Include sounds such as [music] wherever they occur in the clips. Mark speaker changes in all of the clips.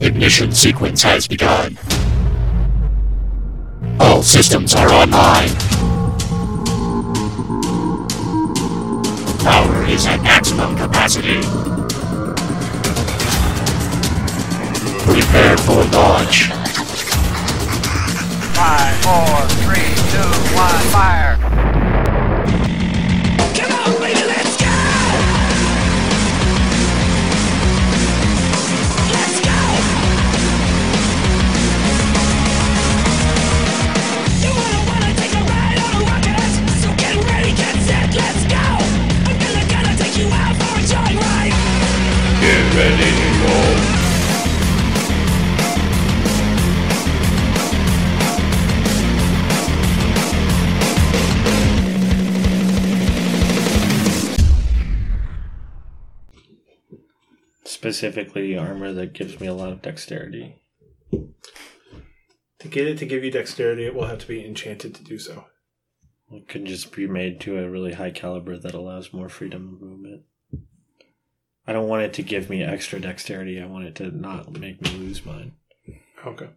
Speaker 1: Ignition sequence has begun. All systems are online. Power is at maximum capacity. Prepare for launch.
Speaker 2: Five, four, three, two, one, fire!
Speaker 1: Get ready to roll.
Speaker 3: specifically armor that gives me a lot of dexterity.
Speaker 4: To get it to give you dexterity, it will have to be enchanted to do so.
Speaker 3: It could just be made to a really high caliber that allows more freedom of movement. I don't want it to give me extra dexterity. I want it to not make me lose mine.
Speaker 4: Okay.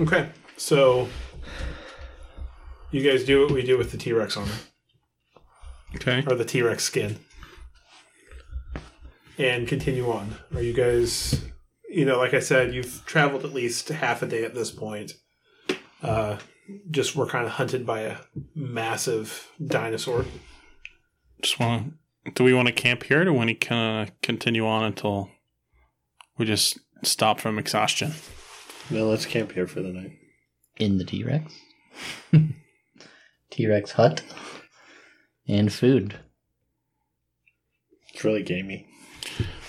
Speaker 4: Okay. So you guys do what we do with the T Rex armor
Speaker 5: Okay.
Speaker 4: or the T Rex skin, and continue on. Are you guys? You know, like I said, you've traveled at least half a day at this point. Uh, just we're kind of hunted by a massive dinosaur.
Speaker 5: Just want to. Do we want to camp here? Or do we want to kind of continue on until we just stop from exhaustion?
Speaker 3: No, let's camp here for the night.
Speaker 6: in the T [laughs] Rex. T Rex hut. And food.
Speaker 3: It's really gamey.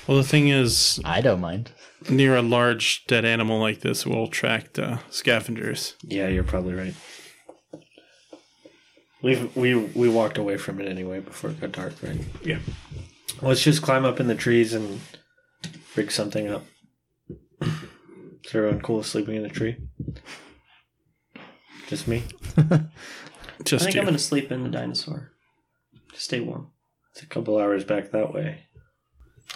Speaker 5: Well, the thing is,
Speaker 6: I don't mind.
Speaker 5: near a large dead animal like this will attract uh, scavengers.
Speaker 3: Yeah, you're probably right. We've, we we walked away from it anyway before it got dark, right?
Speaker 4: Yeah.
Speaker 3: Let's just climb up in the trees and rig something up. Is everyone cool with sleeping in a tree? Just me?
Speaker 7: I
Speaker 5: Just
Speaker 7: think
Speaker 5: you.
Speaker 7: I'm gonna sleep in the dinosaur. to Stay warm.
Speaker 3: It's a couple hours back that way.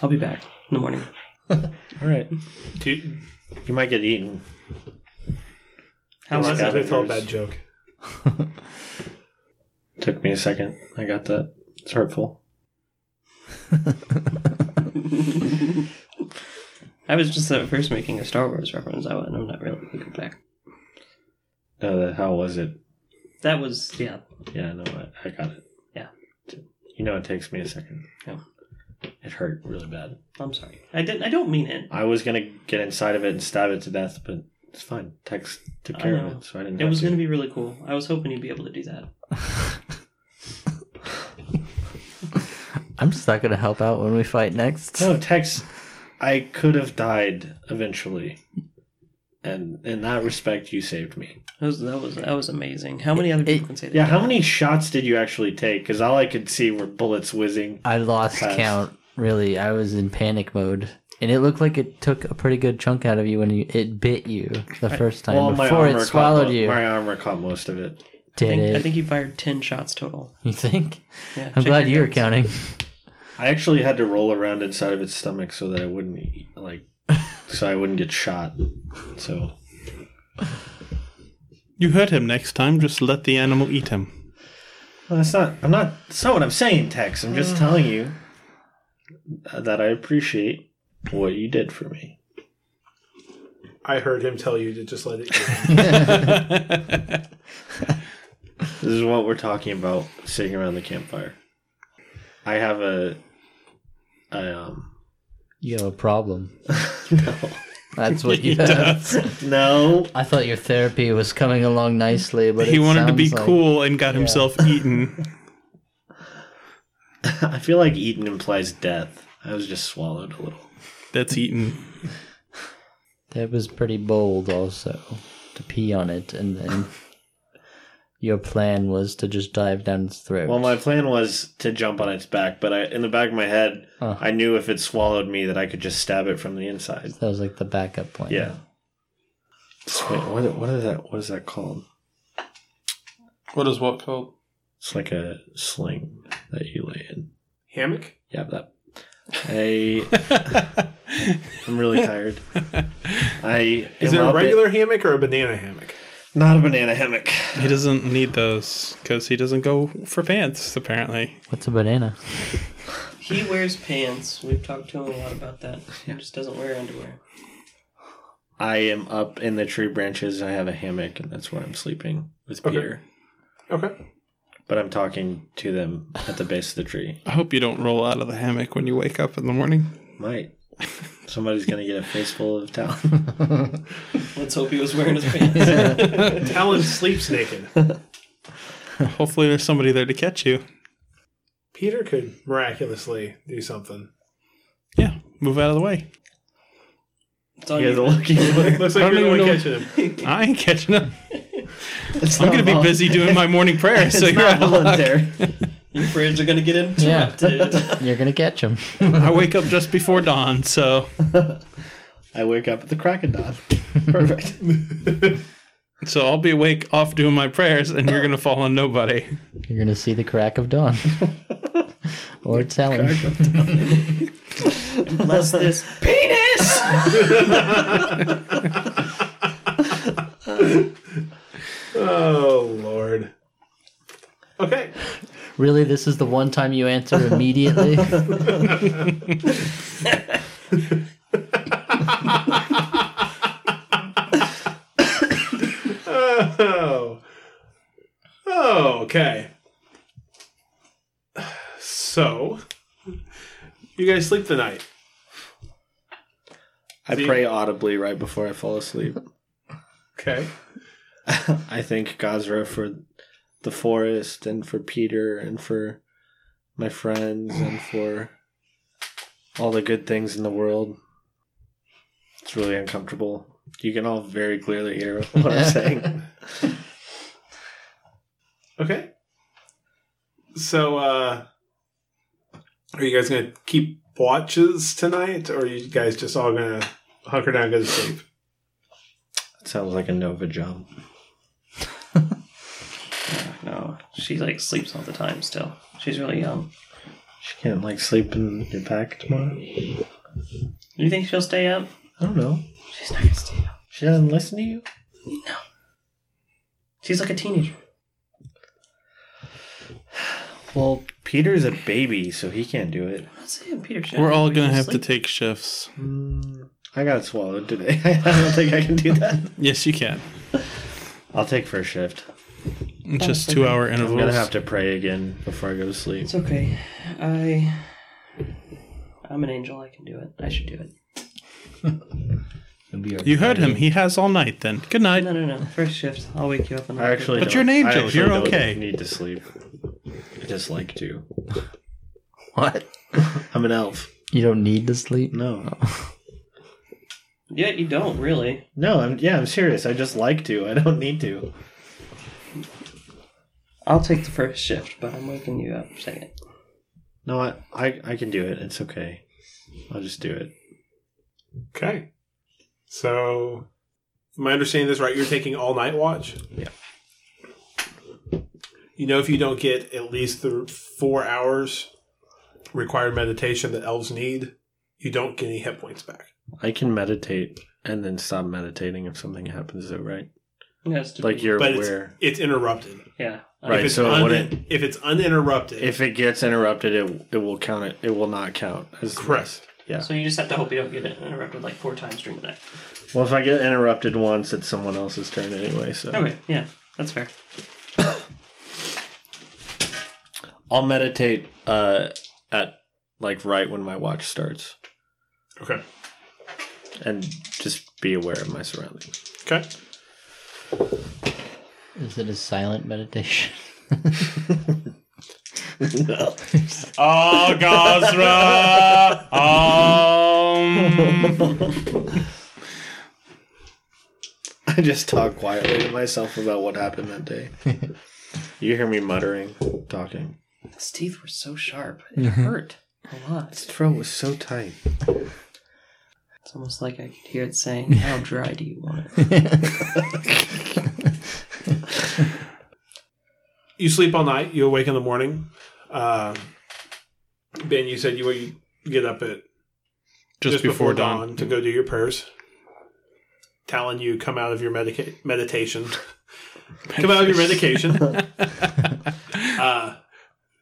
Speaker 7: I'll be back in the morning.
Speaker 3: All right.
Speaker 4: Do,
Speaker 3: You might get eaten.
Speaker 7: How
Speaker 4: Well,
Speaker 7: was
Speaker 4: that's
Speaker 7: it?
Speaker 4: a good thought,
Speaker 3: Scavengers.
Speaker 4: bad joke.
Speaker 3: Took me a second. I got that. It's hurtful.
Speaker 7: I was just at first making a Star Wars reference. I and I'm not really looking back.
Speaker 3: No, that, Uh, how was it?
Speaker 7: That was yeah.
Speaker 3: Yeah, no, I, I got it.
Speaker 7: Yeah.
Speaker 3: You know, it takes me a second.
Speaker 7: Yeah.
Speaker 3: It hurt really bad.
Speaker 7: I'm sorry. I didn't. I don't mean it.
Speaker 3: I was gonna get inside of it and stab it to death, but it's fine. Tex took
Speaker 7: I
Speaker 3: care of
Speaker 7: know.
Speaker 3: it, so I didn't.
Speaker 7: It
Speaker 3: have
Speaker 7: was
Speaker 3: to.
Speaker 7: gonna be really cool. I was hoping you'd be able to do that.
Speaker 6: I'm just not gonna help out when we fight next.
Speaker 3: No, Tex, I could have died eventually, and in that respect, you saved me.
Speaker 7: That was that was that was amazing. How many other
Speaker 6: It-
Speaker 7: people can say that?
Speaker 3: Yeah. How many shots did you actually take? Because all I could see were bullets whizzing.
Speaker 6: I lost
Speaker 3: Pass.
Speaker 6: count. Really, I was in panic mode, and it looked like it took a pretty good chunk out of you when you, it bit you the first time
Speaker 3: Well, my
Speaker 6: before
Speaker 3: armor
Speaker 6: it
Speaker 3: caught
Speaker 6: swallowed
Speaker 3: mo-
Speaker 6: you.
Speaker 3: My armor caught most of it.
Speaker 7: I
Speaker 6: Did
Speaker 7: think,
Speaker 6: it?
Speaker 7: I think you fired ten shots total.
Speaker 6: you think?
Speaker 7: Yeah,
Speaker 6: I'm
Speaker 7: check
Speaker 6: glad you
Speaker 7: your
Speaker 6: were
Speaker 7: guns.
Speaker 6: counting.
Speaker 3: I actually had to roll around inside of its stomach so that I wouldn't eat, like so I wouldn't get shot. So
Speaker 5: You hurt him next time. Just let the animal eat him.
Speaker 3: well, that's not I'm not that's not what I'm saying, Tex. I'm just telling you uh, that I appreciate what you did for me.
Speaker 4: I heard him tell you to just [laughs] let it. Go.
Speaker 3: This is what we're talking about sitting around the campfire. I have a I um
Speaker 6: You have a problem. [laughs]
Speaker 3: no.
Speaker 6: That's what you have.
Speaker 3: No. [laughs]
Speaker 6: I thought your therapy was coming along nicely, but
Speaker 5: he
Speaker 6: it
Speaker 5: wanted to be
Speaker 6: sounds like-
Speaker 5: cool and got himself eaten.
Speaker 3: I feel like eaten implies death. I was just swallowed a little.
Speaker 5: That's eaten.
Speaker 6: That was pretty bold, also, to pee on it, and then your plan was to just dive down its throat.
Speaker 3: Well, my plan was to jump on its back, but I, in the back of my head,
Speaker 6: Uh.
Speaker 3: I knew if it swallowed me that I could just stab it from the inside.
Speaker 6: that was like the backup plan.
Speaker 3: Yeah. Wait, what? What is that? What is that called?
Speaker 5: What is what called?
Speaker 3: It's like a sling that you lay in.
Speaker 4: Hammock.
Speaker 3: Yeah,
Speaker 4: [laughs]
Speaker 3: that. I. I'm really tired. I I
Speaker 4: Is
Speaker 3: am
Speaker 4: it a
Speaker 3: up at-
Speaker 4: regular hammock or a banana hammock?
Speaker 3: not a banana hammock.
Speaker 5: He doesn't need those because he doesn't go for pants, apparently.
Speaker 6: What's a banana?
Speaker 7: He wears pants. We've talked to him a lot about that. He just doesn't wear underwear.
Speaker 3: I am up in the tree branches. I have a hammock, and that's where I'm sleeping with
Speaker 4: Okay.
Speaker 3: Peter.
Speaker 4: Okay.
Speaker 3: But I'm talking to them at the base of the tree.
Speaker 5: I hope you don't roll out of the hammock when you wake up in the morning.
Speaker 3: Might somebody's gonna get a face full of [laughs] talent.
Speaker 7: Let's hope he was wearing his pants.
Speaker 4: Talon sleeps naked.
Speaker 5: Hopefully, there's somebody there to catch you.
Speaker 4: Peter could miraculously do something.
Speaker 5: Yeah, move out of the way.
Speaker 7: it's on
Speaker 3: You're
Speaker 7: you.
Speaker 3: the lucky one.
Speaker 4: Looks
Speaker 5: [laughs] I
Speaker 4: like
Speaker 5: don't
Speaker 4: you're the one
Speaker 5: even know-
Speaker 4: catching him.
Speaker 5: I ain't catching up.
Speaker 3: [laughs] It's
Speaker 5: I'm
Speaker 3: not
Speaker 5: gonna be
Speaker 3: vol-
Speaker 5: busy doing my
Speaker 3: [laughs]
Speaker 5: morning prayer, so
Speaker 3: It's
Speaker 5: you're
Speaker 3: not
Speaker 5: out of luck.
Speaker 3: voluntary.
Speaker 7: [laughs] Your prayers are going to get
Speaker 6: [laughs]
Speaker 7: interrupted.
Speaker 6: You're gonna catch him.
Speaker 5: I wake up just before dawn, so
Speaker 3: I wake up at the crack of dawn. Perfect.
Speaker 5: so I'll be awake off doing my prayers, and you're gonna fall on nobody.
Speaker 6: You're gonna see the crack of [laughs] dawn. or Talon.
Speaker 7: Bless this penis!
Speaker 4: Oh Lord. Okay.
Speaker 6: Really, this is the one time you answer [laughs] immediately.
Speaker 4: Oh. Oh, okay. So you guys sleep the night.
Speaker 3: [laughs] I pray audibly right before I fall asleep. [laughs]
Speaker 4: Okay.
Speaker 3: I thank Gazra for the forest and for Peter and for my friends and for all the good things in the world. It's really uncomfortable. You can all very clearly hear what I'm saying.
Speaker 4: Okay. So uh are you guys gonna keep watches tonight or are you guys just all gonna hunker down and go to sleep?
Speaker 3: It sounds like a Nova jump.
Speaker 7: no, she like sleeps all the time still. She's really um, young.
Speaker 3: She can't like sleep in your pack tomorrow.
Speaker 7: You think she'll stay up?
Speaker 3: I don't know.
Speaker 7: She's not going to stay up.
Speaker 3: She doesn't listen to you.
Speaker 7: No. She's like a teenager.
Speaker 3: Well, Peter's a baby, so he can't do it.
Speaker 7: I'm not saying Peter should.
Speaker 5: We're all gonna
Speaker 7: She's
Speaker 5: have to
Speaker 7: sleeping.
Speaker 5: take shifts.
Speaker 3: Mm, I got swallowed today. [laughs] I don't think I can do that.
Speaker 5: Yes, you can.
Speaker 3: I'll take first shift.
Speaker 5: It's just two hour
Speaker 3: I'm gonna
Speaker 5: intervals.
Speaker 3: have to pray again before I go to sleep.
Speaker 7: It's okay. I. I'm an angel. I can do it. I should do it.
Speaker 5: You heard him. He has all night. Then good night.
Speaker 7: No, no, no. First shift. I'll wake you up. And
Speaker 3: I
Speaker 7: I'll-
Speaker 3: actually,
Speaker 5: But
Speaker 3: don't-
Speaker 5: you're an
Speaker 3: I
Speaker 5: angel.
Speaker 3: actually
Speaker 5: You're
Speaker 3: don't
Speaker 5: okay.
Speaker 3: Need to sleep. I just like
Speaker 5: [laughs]
Speaker 3: to.
Speaker 6: what?
Speaker 3: [laughs] I'm an elf.
Speaker 6: You don't need to sleep?
Speaker 3: No,
Speaker 7: Yeah, you don't really.
Speaker 3: no. I'm yeah. I'm serious. I just like to. I don't need to.
Speaker 7: I'll take the first shift, but I'm waking you up second.
Speaker 3: No, I I, I can do it. It's okay. I'll just do it.
Speaker 4: Okay. So, am I understanding this right? You're taking all night watch?
Speaker 3: Yeah.
Speaker 4: You know, if you don't get at least the four hours required meditation that elves need, you don't get any hit points back.
Speaker 3: I can meditate and then stop meditating if something happens, though, right?
Speaker 7: It has to
Speaker 3: Like
Speaker 7: be-
Speaker 3: you're
Speaker 4: But it's,
Speaker 3: aware.
Speaker 4: it's interrupted.
Speaker 7: Yeah.
Speaker 3: Right,
Speaker 4: If it's,
Speaker 3: so it
Speaker 4: un-
Speaker 3: wouldn't-
Speaker 4: if it's uninterrupted,
Speaker 3: If it gets interrupted, it it will count. It it will not count. as-
Speaker 4: correct.
Speaker 3: Yeah.
Speaker 7: So you just have to hope you don't get interrupted like four times during the night.
Speaker 3: Well, if I get interrupted once, it's someone else's turn anyway. So
Speaker 7: Okay, yeah, that's fair.
Speaker 3: I'll meditate uh, at like right when my watch starts,
Speaker 4: Okay.
Speaker 3: and just be aware of my surroundings.
Speaker 4: Okay.
Speaker 6: Is it a silent meditation?
Speaker 5: Oh, Gazra. Um.
Speaker 3: I just talk quietly to myself about what happened that day. you hear me muttering, talking.
Speaker 7: His teeth were so sharp. It hurt a lot.
Speaker 3: His throat was so tight.
Speaker 7: It's almost like I could hear it [laughs] saying, How dry do you want it?
Speaker 4: You sleep all night. You awake in the morning. Uh, ben, you said you, you get up at
Speaker 5: Just, before, dawn.
Speaker 4: to go do your prayers. telling you come out of your medica-
Speaker 5: [laughs]
Speaker 4: meditation. come out of your medication. uh,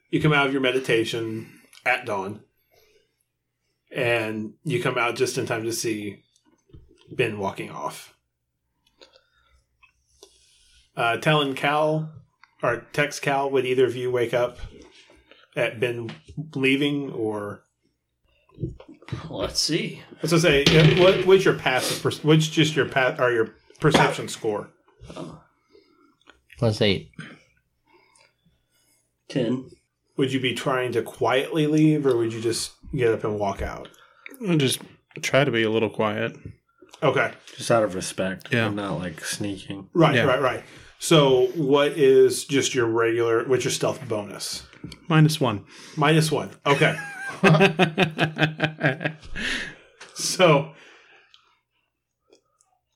Speaker 4: you come out of your meditation at dawn, and you come out just in time to see Ben walking off. Uh, telling Cal or text Cal, would either of you wake up at Ben leaving or
Speaker 7: Let's see.
Speaker 4: Let's just say, yeah, what, what's your passive? Per, what's just your pa- or your perception score?
Speaker 6: [laughs] Plus [sighs] eight.
Speaker 7: Ten.
Speaker 4: Would you be trying to quietly leave, or would you just get up and walk out?
Speaker 5: I'll just try to be a little quiet.
Speaker 4: Okay,
Speaker 3: Just out of respect.
Speaker 5: Yeah.
Speaker 3: I'm not like sneaking.
Speaker 4: right,
Speaker 5: Yeah.
Speaker 4: right, right. So, what is just your regular? What's your stealth bonus?
Speaker 5: Minus one.
Speaker 4: Minus one. Okay, so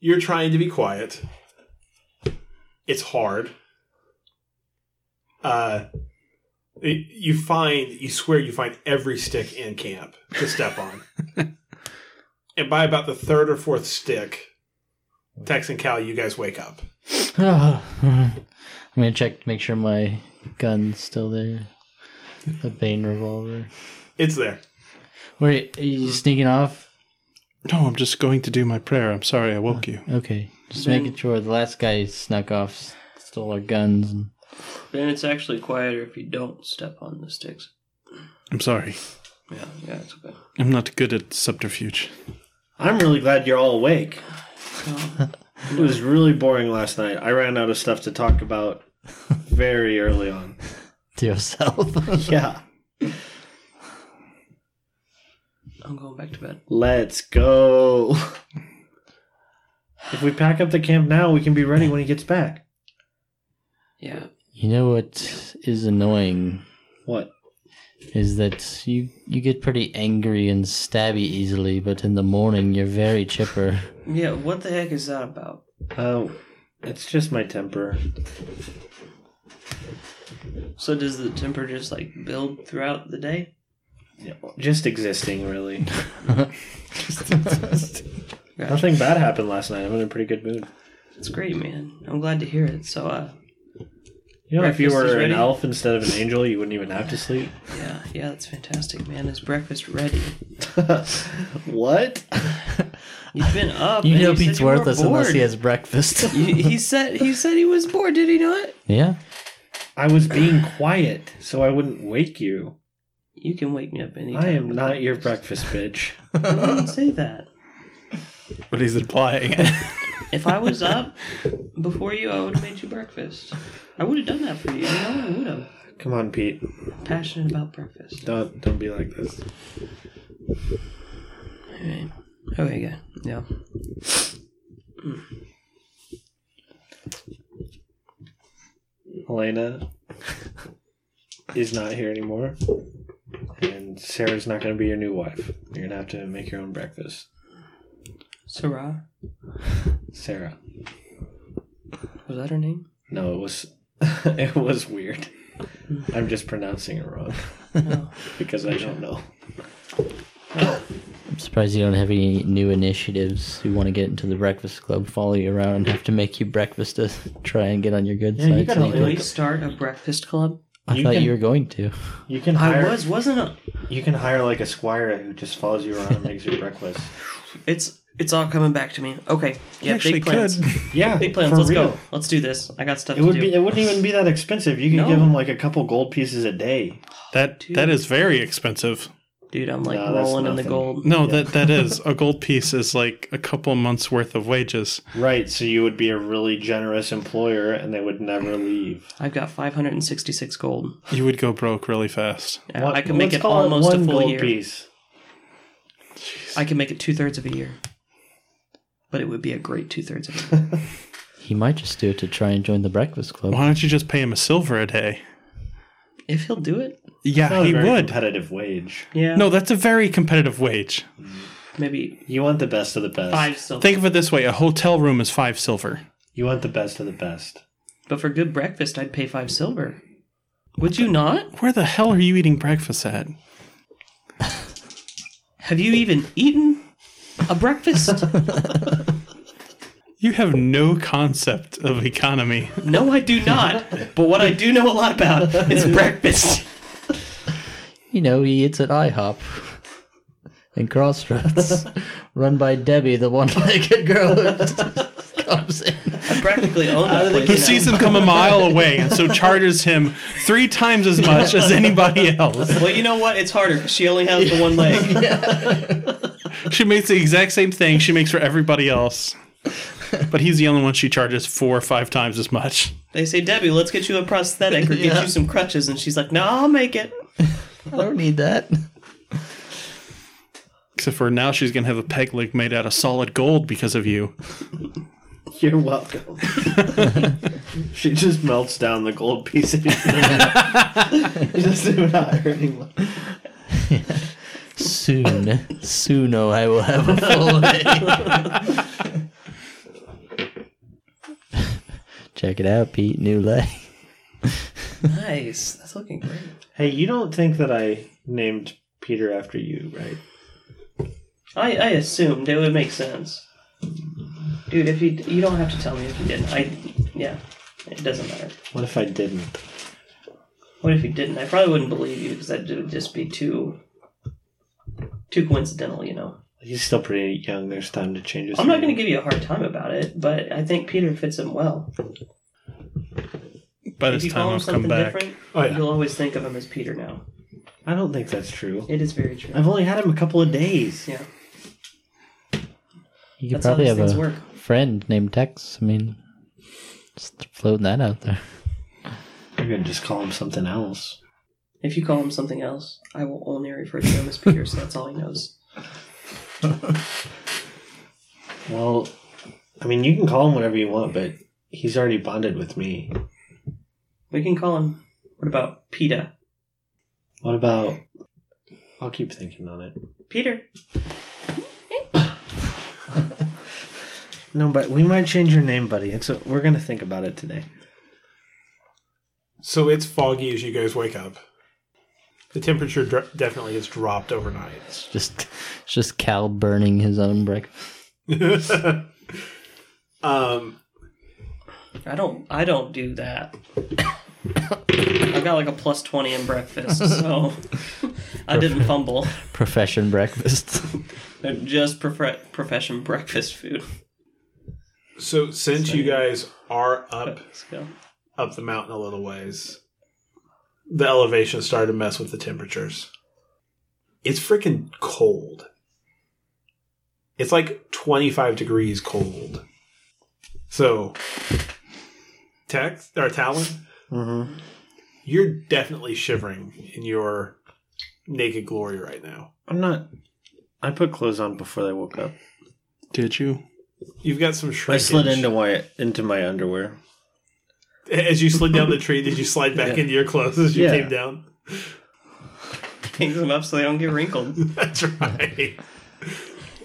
Speaker 4: you're trying to be quiet. It's hard. Uh, y- you find, you swear, you find every stick in camp to step on, and by about the third or fourth stick, Tex and Cal, you guys wake up.
Speaker 6: I'm gonna check to make sure my gun's still there. The Bane revolver.
Speaker 4: It's there.
Speaker 6: Wait, are you sneaking off?
Speaker 5: no, I'm just going to do my prayer. I'm sorry I woke you.
Speaker 6: Okay, just making sure the last guy snuck off, s- stole our guns. And...
Speaker 7: Then it's actually quieter if you don't step on the sticks.
Speaker 5: I'm sorry.
Speaker 7: Yeah, yeah, it's okay.
Speaker 5: I'm not good at subterfuge.
Speaker 3: I'm really glad you're all awake. it was really boring last night. I ran out of stuff to talk about very early on.
Speaker 6: To [laughs] yourself.
Speaker 3: Yeah.
Speaker 7: I'm going back to bed.
Speaker 3: Let's go. If we pack up the camp now, we can be ready when he gets back.
Speaker 7: Yeah.
Speaker 6: you know what is annoying
Speaker 3: What?
Speaker 6: is that you you get pretty angry and stabby easily, but in the morning you're very chipper.
Speaker 7: Yeah, what the heck is that about?
Speaker 3: Oh, it's just my temper.
Speaker 7: So does the temper just like build throughout the day?
Speaker 3: Yeah, well, Just existing, really. Nothing bad happened last night. I'm in a pretty good mood.
Speaker 7: It's great, man. I'm glad to hear it. So uh
Speaker 3: You know, if you
Speaker 7: Breakfast is
Speaker 3: were an
Speaker 7: ready?
Speaker 3: elf instead of an angel, you wouldn't even have to sleep.
Speaker 7: yeah, yeah, that's fantastic, man. Is breakfast ready?
Speaker 3: what?
Speaker 7: You've been up.
Speaker 6: You
Speaker 7: and
Speaker 6: know
Speaker 7: said
Speaker 6: Pete's
Speaker 7: you were
Speaker 6: worthless unless he
Speaker 7: bored.
Speaker 6: has breakfast.
Speaker 7: You- he said he said he was bored, did he not?
Speaker 6: [laughs] yeah.
Speaker 3: I was being quiet so I wouldn't wake you.
Speaker 7: You can wake me up anytime.
Speaker 3: I am not your breakfast bitch.
Speaker 7: I didn't say that.
Speaker 5: But he's implying.
Speaker 7: If I was up before you, I would have made you breakfast. I would have done that for you. I know I would have.
Speaker 3: Come on, Pete.
Speaker 7: Passionate about breakfast.
Speaker 3: Don't don't be like this.
Speaker 7: Alright. Okay, good. Yeah.
Speaker 3: Elena is not here anymore. And Sarah's not gonna be your new wife. You're gonna have to make your own breakfast.
Speaker 7: Sarah?
Speaker 3: Sarah.
Speaker 7: Was that her name?
Speaker 3: No, it was [laughs] it was weird. I'm just pronouncing it wrong.
Speaker 7: Oh.
Speaker 3: [laughs] because I don't know.
Speaker 6: I'm surprised you don't have any new initiatives who want to get into the breakfast club, follow you around, and have to make you breakfast to try and get on your good
Speaker 3: Yeah, you
Speaker 6: side.
Speaker 3: gotta
Speaker 6: so you
Speaker 3: at
Speaker 7: Can
Speaker 6: don't-
Speaker 7: we start a breakfast club?
Speaker 6: I
Speaker 3: you
Speaker 6: thought
Speaker 3: can-
Speaker 6: you were going to.
Speaker 3: You can
Speaker 7: I
Speaker 3: hire
Speaker 7: was, wasn't I?
Speaker 3: you can hire like a squire who just follows you around and makes you breakfast.
Speaker 7: It's it's all coming back to me. Okay. Yeah,
Speaker 5: actually
Speaker 7: big plans.
Speaker 5: could.
Speaker 3: Yeah.
Speaker 7: [laughs] Big plans.
Speaker 3: for
Speaker 7: Let's
Speaker 3: real.
Speaker 7: go. Let's do this. I got stuff
Speaker 3: It
Speaker 7: to
Speaker 3: would
Speaker 7: do.
Speaker 3: be. It wouldn't even be that expensive. You could
Speaker 7: No.
Speaker 3: give him like a couple gold pieces a day.
Speaker 5: That
Speaker 7: Dude.
Speaker 5: that is very expensive.
Speaker 7: Dude, I'm like
Speaker 3: No, that's
Speaker 7: rolling in the
Speaker 3: nothing.
Speaker 7: gold.
Speaker 5: No, that that is a gold piece is like a couple months worth of wages.
Speaker 3: Right. So you would be a really generous employer, and they would never leave.
Speaker 7: I've got 566 gold.
Speaker 5: You would go broke really fast.
Speaker 7: Yeah,
Speaker 3: What-
Speaker 7: I can make
Speaker 3: let's
Speaker 7: it
Speaker 3: call
Speaker 7: almost a
Speaker 3: one
Speaker 7: full
Speaker 3: gold
Speaker 7: year.
Speaker 3: piece.
Speaker 7: I can make it two thirds of a year. But it would be a great two thirds of a year.
Speaker 6: He might just do it to try and join the breakfast club.
Speaker 5: Why don't you just pay him a silver a day?
Speaker 7: if he'll do it,
Speaker 5: Yeah,
Speaker 3: Not a
Speaker 5: he
Speaker 3: very
Speaker 5: would.
Speaker 3: Competitive wage.
Speaker 7: yeah.
Speaker 5: No, that's a very competitive wage.
Speaker 7: maybe
Speaker 3: You want the best of the best.
Speaker 7: five silver.
Speaker 5: Think of it this way: a hotel room is five silver.
Speaker 3: You want the best of the best.
Speaker 7: but for good breakfast, I'd pay five silver. Would you not?
Speaker 5: Where the hell are you eating breakfast at?
Speaker 7: [laughs] Have you even eaten a breakfast?
Speaker 5: You have no concept of economy.
Speaker 7: No, I do not. but what I do know a lot about [laughs] is breakfast.
Speaker 6: You know, he eats at IHOP [laughs] and Crossroads, run by Debbie, the one-legged girl who just comes in.
Speaker 7: I practically own that place.
Speaker 5: He
Speaker 7: now.
Speaker 5: sees him come a mile away and so charges him three times as much as anybody else.
Speaker 7: Well, you know what? It's harder 'cause she only has the one leg. [laughs]
Speaker 5: She makes the exact same thing she makes for everybody else. But he's the only one she charges four or five times as much.
Speaker 7: They say, Debbie, let's get you a prosthetic or get you some crutches. And she's like, no, I'll make it.
Speaker 6: I don't need that. [laughs]
Speaker 5: Except for now she's gonna have a peg leg made out of solid gold because of you.
Speaker 3: You're welcome. [laughs] she just melts down the gold [laughs] piece. It doesn't even hurt anymore.
Speaker 6: Soon, soon, oh, I will have a full leg. [laughs] Check it out, Pete. New leg.
Speaker 7: Nice. That's looking great.
Speaker 3: Hey, you don't think that I named Peter after you, right?
Speaker 7: I, I assumed it would make sense. Dude, if you you don't have to tell me if you didn't. I yeah, it doesn't matter.
Speaker 3: What if I didn't?
Speaker 7: What if you didn't? I probably wouldn't believe you because that would just be too too coincidental, you know.
Speaker 3: He's still pretty young. There's time to change his
Speaker 7: I'm not
Speaker 3: name.
Speaker 7: going to give you a hard time about it, but I think Peter fits him well.
Speaker 5: By
Speaker 7: If
Speaker 5: this
Speaker 7: you call
Speaker 5: time
Speaker 7: him
Speaker 5: I'll come
Speaker 7: something
Speaker 5: back.
Speaker 7: different,
Speaker 4: Oh, yeah.
Speaker 7: you'll always think of him as Peter now.
Speaker 3: I don't think that's true.
Speaker 7: It is very true.
Speaker 3: I've only had him a couple of days.
Speaker 7: Yeah,
Speaker 6: You could
Speaker 7: that's how
Speaker 6: probably
Speaker 7: these
Speaker 6: have
Speaker 7: things
Speaker 6: a
Speaker 7: work.
Speaker 6: friend named Tex. I mean, just floating that out there. [laughs]
Speaker 3: You're gonna just call him something else.
Speaker 7: If you call him something else, I will only refer to him as Peter, so that's all he knows.
Speaker 3: Well, I mean, you can call him whatever you want, but he's already bonded with me.
Speaker 7: We can call him. What about Peta?
Speaker 3: What about? I'll keep thinking on it.
Speaker 7: Peter.
Speaker 3: No, but we might change your name, buddy. It's a, we're gonna think about it today.
Speaker 4: So it's foggy as you guys wake up. The temperature dr- definitely has dropped overnight. [laughs]
Speaker 6: It's just, it's just Cal burning his own breakfast.
Speaker 4: um,
Speaker 7: I don't. I don't do that. I've got like a plus twenty in [laughs] breakfast, so I didn't fumble.
Speaker 6: Profession breakfast. [laughs]
Speaker 7: They're just prof- profession breakfast food.
Speaker 4: so since you guys are up
Speaker 7: Let's go.
Speaker 4: up the mountain a little ways, the elevation started to mess with the temperatures. It's freaking cold. It's like 25 degrees cold. So, Tex or Talon,
Speaker 3: Mm-hmm.
Speaker 4: you're definitely shivering in your naked glory right now.
Speaker 3: I'm not. I put clothes on before I woke up.
Speaker 5: Did you?
Speaker 4: You've got some
Speaker 3: I
Speaker 4: shrinkage.
Speaker 3: slid into my into my underwear.
Speaker 4: as you slid down the tree. Did you slide back into your clothes as you
Speaker 3: Yeah.
Speaker 4: came down? [laughs]
Speaker 7: Hangs them up so they don't get wrinkled.
Speaker 4: That's right.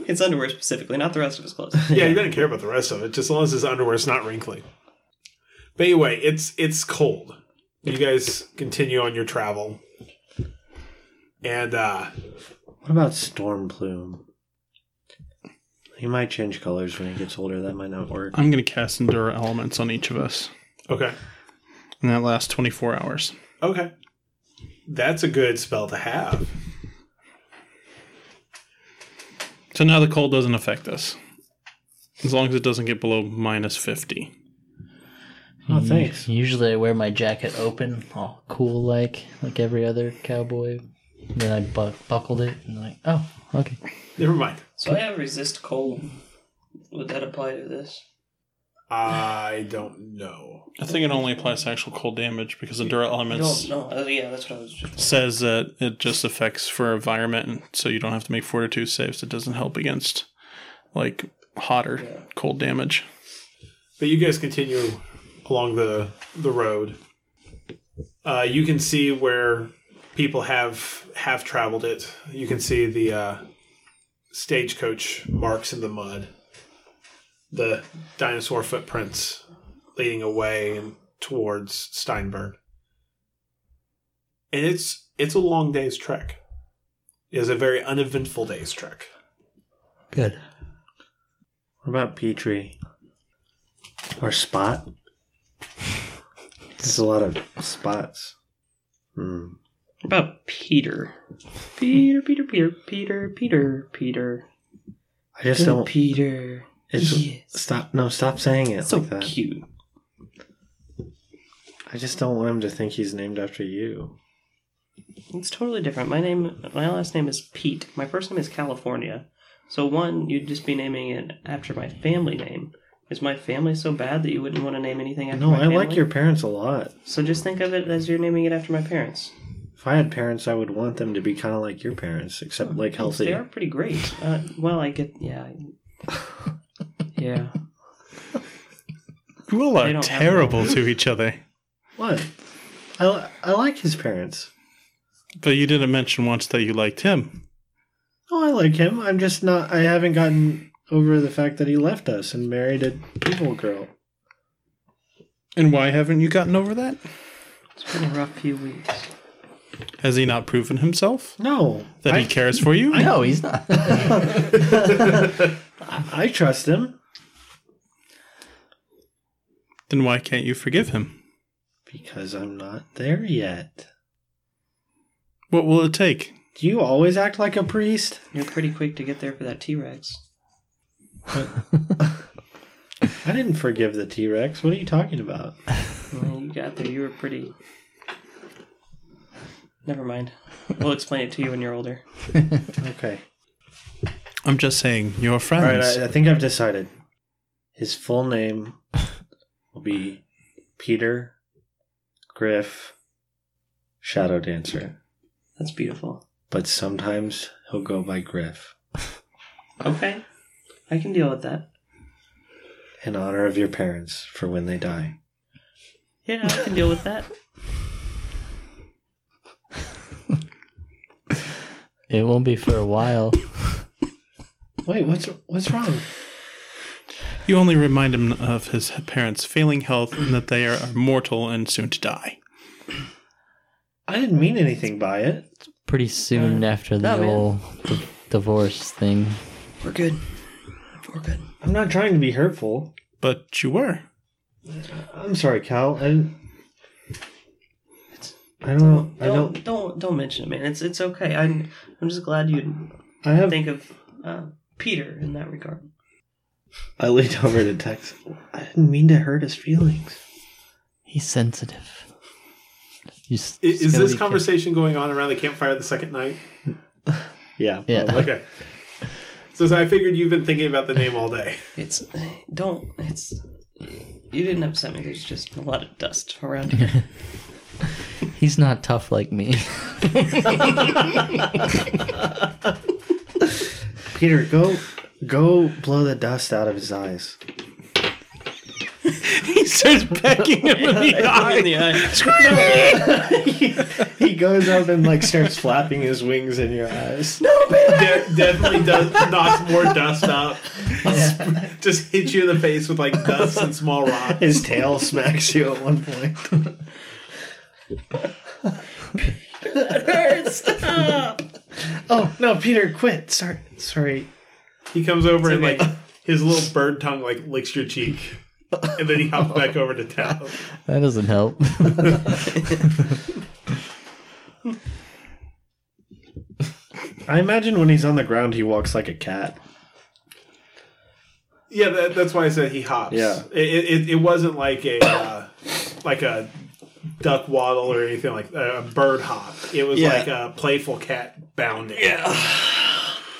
Speaker 7: It's underwear specifically, not the rest of his clothes.
Speaker 4: [laughs] Yeah, you don't care about the rest of it, just as long as his underwear's not wrinkly. But anyway, it's it's cold. You guys continue on your travel, and uh,
Speaker 3: What about Storm Plume? He might change colors when he gets older. That might not work.
Speaker 5: I'm gonna cast Endura Elements on each of us.
Speaker 4: okay,
Speaker 5: And that lasts twenty four hours.
Speaker 4: okay, that's a good spell to have.
Speaker 5: So now the cold doesn't affect us. As long as it doesn't get below minus 50.
Speaker 3: Oh, thanks.
Speaker 6: Usually I wear my jacket open, all cool like, like every other cowboy. Then I bu- buckled it and like, oh, okay.
Speaker 4: Never mind.
Speaker 7: So I have resist cold. Would that apply to this?
Speaker 4: I don't know.
Speaker 5: I think it only applies to actual cold damage because Endura
Speaker 7: No,
Speaker 5: Elements
Speaker 7: no. Uh, yeah, that's what I was just.
Speaker 5: says that it just affects for environment, and so you don't have to make fortitude saves. It doesn't help against like hotter cold damage.
Speaker 4: But you guys continue along the the road. Uh, you can see where people have have traveled it. You can see the uh, stagecoach marks in the mud, the dinosaur footprints leading away and towards Steinberg. And it's it's a long day's trek. It is a very uneventful day's trek.
Speaker 6: Good.
Speaker 3: What about Petrie? Or spot. There's a lot of spots. Hmm.
Speaker 7: What about Peter? Peter, Peter, Peter, Peter, Peter, Peter.
Speaker 3: I just don't.
Speaker 7: Peter.
Speaker 3: It's,
Speaker 7: Yes.
Speaker 3: Stop! No, stop saying it
Speaker 7: So
Speaker 3: like that.
Speaker 7: cute.
Speaker 3: I just don't want him to think he's named after you.
Speaker 7: It's totally different. My name, my last name is Pete. My first name is California. So one, you'd just be naming it after my family name. Is my family so bad that you wouldn't want to name anything after
Speaker 3: No,
Speaker 7: my
Speaker 3: I
Speaker 7: family?
Speaker 3: like your parents a lot.
Speaker 7: So just think of it as you're naming it after my parents.
Speaker 3: If I had parents, I would want them to be kind of like your parents, except like
Speaker 7: They
Speaker 3: healthy.
Speaker 7: are pretty great. Uh, well, I get yeah,
Speaker 3: [laughs]
Speaker 7: I- yeah.
Speaker 5: You all
Speaker 7: They
Speaker 5: are
Speaker 7: don't have
Speaker 5: terrible to each other.
Speaker 3: What? I, I like his parents.
Speaker 5: But you didn't mention once that you liked him.
Speaker 3: Oh, I like him. I'm just not. I haven't gotten over the fact that he left us and married a people girl.
Speaker 5: And why haven't you gotten over that?
Speaker 7: It's been a rough few weeks.
Speaker 5: Has he not proven himself
Speaker 3: No,
Speaker 5: that
Speaker 3: I,
Speaker 5: he cares for you?
Speaker 6: No, he's not.
Speaker 3: I trust him
Speaker 5: Then why can't you forgive him?
Speaker 3: because I'm not there yet.
Speaker 5: What will it take?
Speaker 3: Do you always act like a priest?
Speaker 7: You're pretty quick to get there for that T-Rex.
Speaker 3: I didn't forgive the T Rex. What are you talking about?
Speaker 7: When you got there, you were pretty. Never mind. We'll explain it to you when you're older.
Speaker 3: Okay.
Speaker 5: I'm just saying, you're
Speaker 3: All right,
Speaker 5: friends.
Speaker 3: I, I think I've decided. His full name will be Peter Griff Shadow Dancer,
Speaker 7: That's beautiful.
Speaker 3: but sometimes he'll go by Griff
Speaker 7: Okay, I can deal with that.
Speaker 3: in honor of your parents for when they die.
Speaker 7: Yeah, I can deal with that.
Speaker 6: it won't be for a while.
Speaker 3: Wait, what's what's wrong?
Speaker 5: you only remind him of his parents' failing health and that they are mortal and soon to die.
Speaker 3: I didn't mean anything by it.
Speaker 6: Pretty soon after the
Speaker 7: no, man.
Speaker 6: whole d- divorce thing.
Speaker 7: [laughs] We're good. We're good.
Speaker 3: I'm not trying to be hurtful.
Speaker 5: But you were.
Speaker 3: I'm sorry, Cal. I didn't- I don't know. I
Speaker 7: Don't
Speaker 3: don't.
Speaker 7: don't don't mention it, man. It's it's okay. I'm I'm just glad you
Speaker 3: I have.
Speaker 7: think of uh, Peter in that regard.
Speaker 3: I leaned over to Tex. I didn't mean to hurt his feelings.
Speaker 6: He's sensitive. You s-
Speaker 4: I- Is,
Speaker 6: just gotta
Speaker 4: this
Speaker 6: be
Speaker 4: conversation going on around the campfire the second night?
Speaker 3: Yeah.
Speaker 6: careful. Yeah.
Speaker 4: Okay. so, so I figured you've been thinking about the name all day.
Speaker 7: It's don't it's. You didn't upset me. There's just a lot of dust around here.
Speaker 6: He's not tough like me. [laughs]
Speaker 3: Peter, go, go blow the dust out of his eyes.
Speaker 5: He starts pecking him in the
Speaker 7: In
Speaker 5: eye.
Speaker 7: the eye.
Speaker 3: He goes up and like starts flapping his wings in your eyes.
Speaker 4: De- definitely does knocks more dust up. Just hits you in the face with like dust and small rocks.
Speaker 3: His tail smacks you at one point.
Speaker 7: [laughs] Stop.
Speaker 3: Oh no, Peter, quit! Sorry, sorry.
Speaker 4: He comes over and like his little bird tongue like licks your cheek, and then he hops back over to town.
Speaker 6: that doesn't help. [laughs]
Speaker 3: I imagine when he's on the ground, he walks like a cat.
Speaker 4: Yeah, that, that's why I said he hops.
Speaker 3: Yeah.
Speaker 4: it it, it wasn't like a uh, like a duck waddle or anything like uh, a bird hop. It was
Speaker 3: Yeah.
Speaker 4: like a playful cat bounding. Yeah,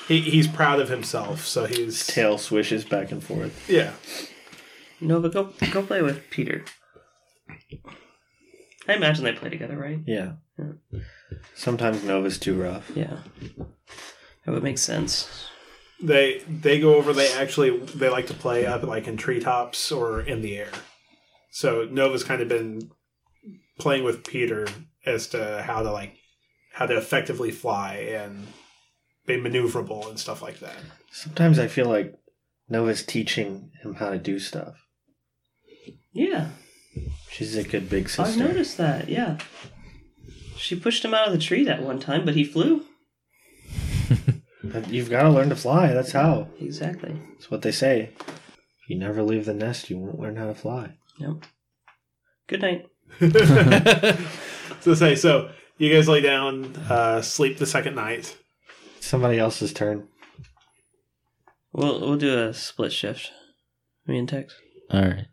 Speaker 4: he, he's proud of himself, so he's
Speaker 3: Tail swishes back and forth.
Speaker 4: yeah.
Speaker 7: Nova, go go play with Peter. I imagine they play together, right?
Speaker 3: Yeah. Sometimes Nova's too rough.
Speaker 7: Yeah. That would make sense.
Speaker 4: They they go over. They actually they like to play up like in treetops or in the air. So Nova's kind of been playing with Peter as to how to like how to effectively fly and be maneuverable and stuff like that.
Speaker 3: Sometimes I feel like Nova's teaching him how to do stuff.
Speaker 7: Yeah,
Speaker 3: She's a good big
Speaker 7: I've
Speaker 3: sister.
Speaker 7: noticed that. Yeah. She pushed him out of the tree that one time, but he flew.
Speaker 3: But You've got to learn to fly. That's how.
Speaker 7: Exactly.
Speaker 3: That's what they say. you never leave the nest, you won't learn how to fly.
Speaker 7: Yep. Good night.
Speaker 4: so say so. You guys lay down, uh, sleep the second night.
Speaker 3: Somebody else's turn. [laughs]
Speaker 7: We'll we'll do a split shift. Me and Tex.
Speaker 6: All right.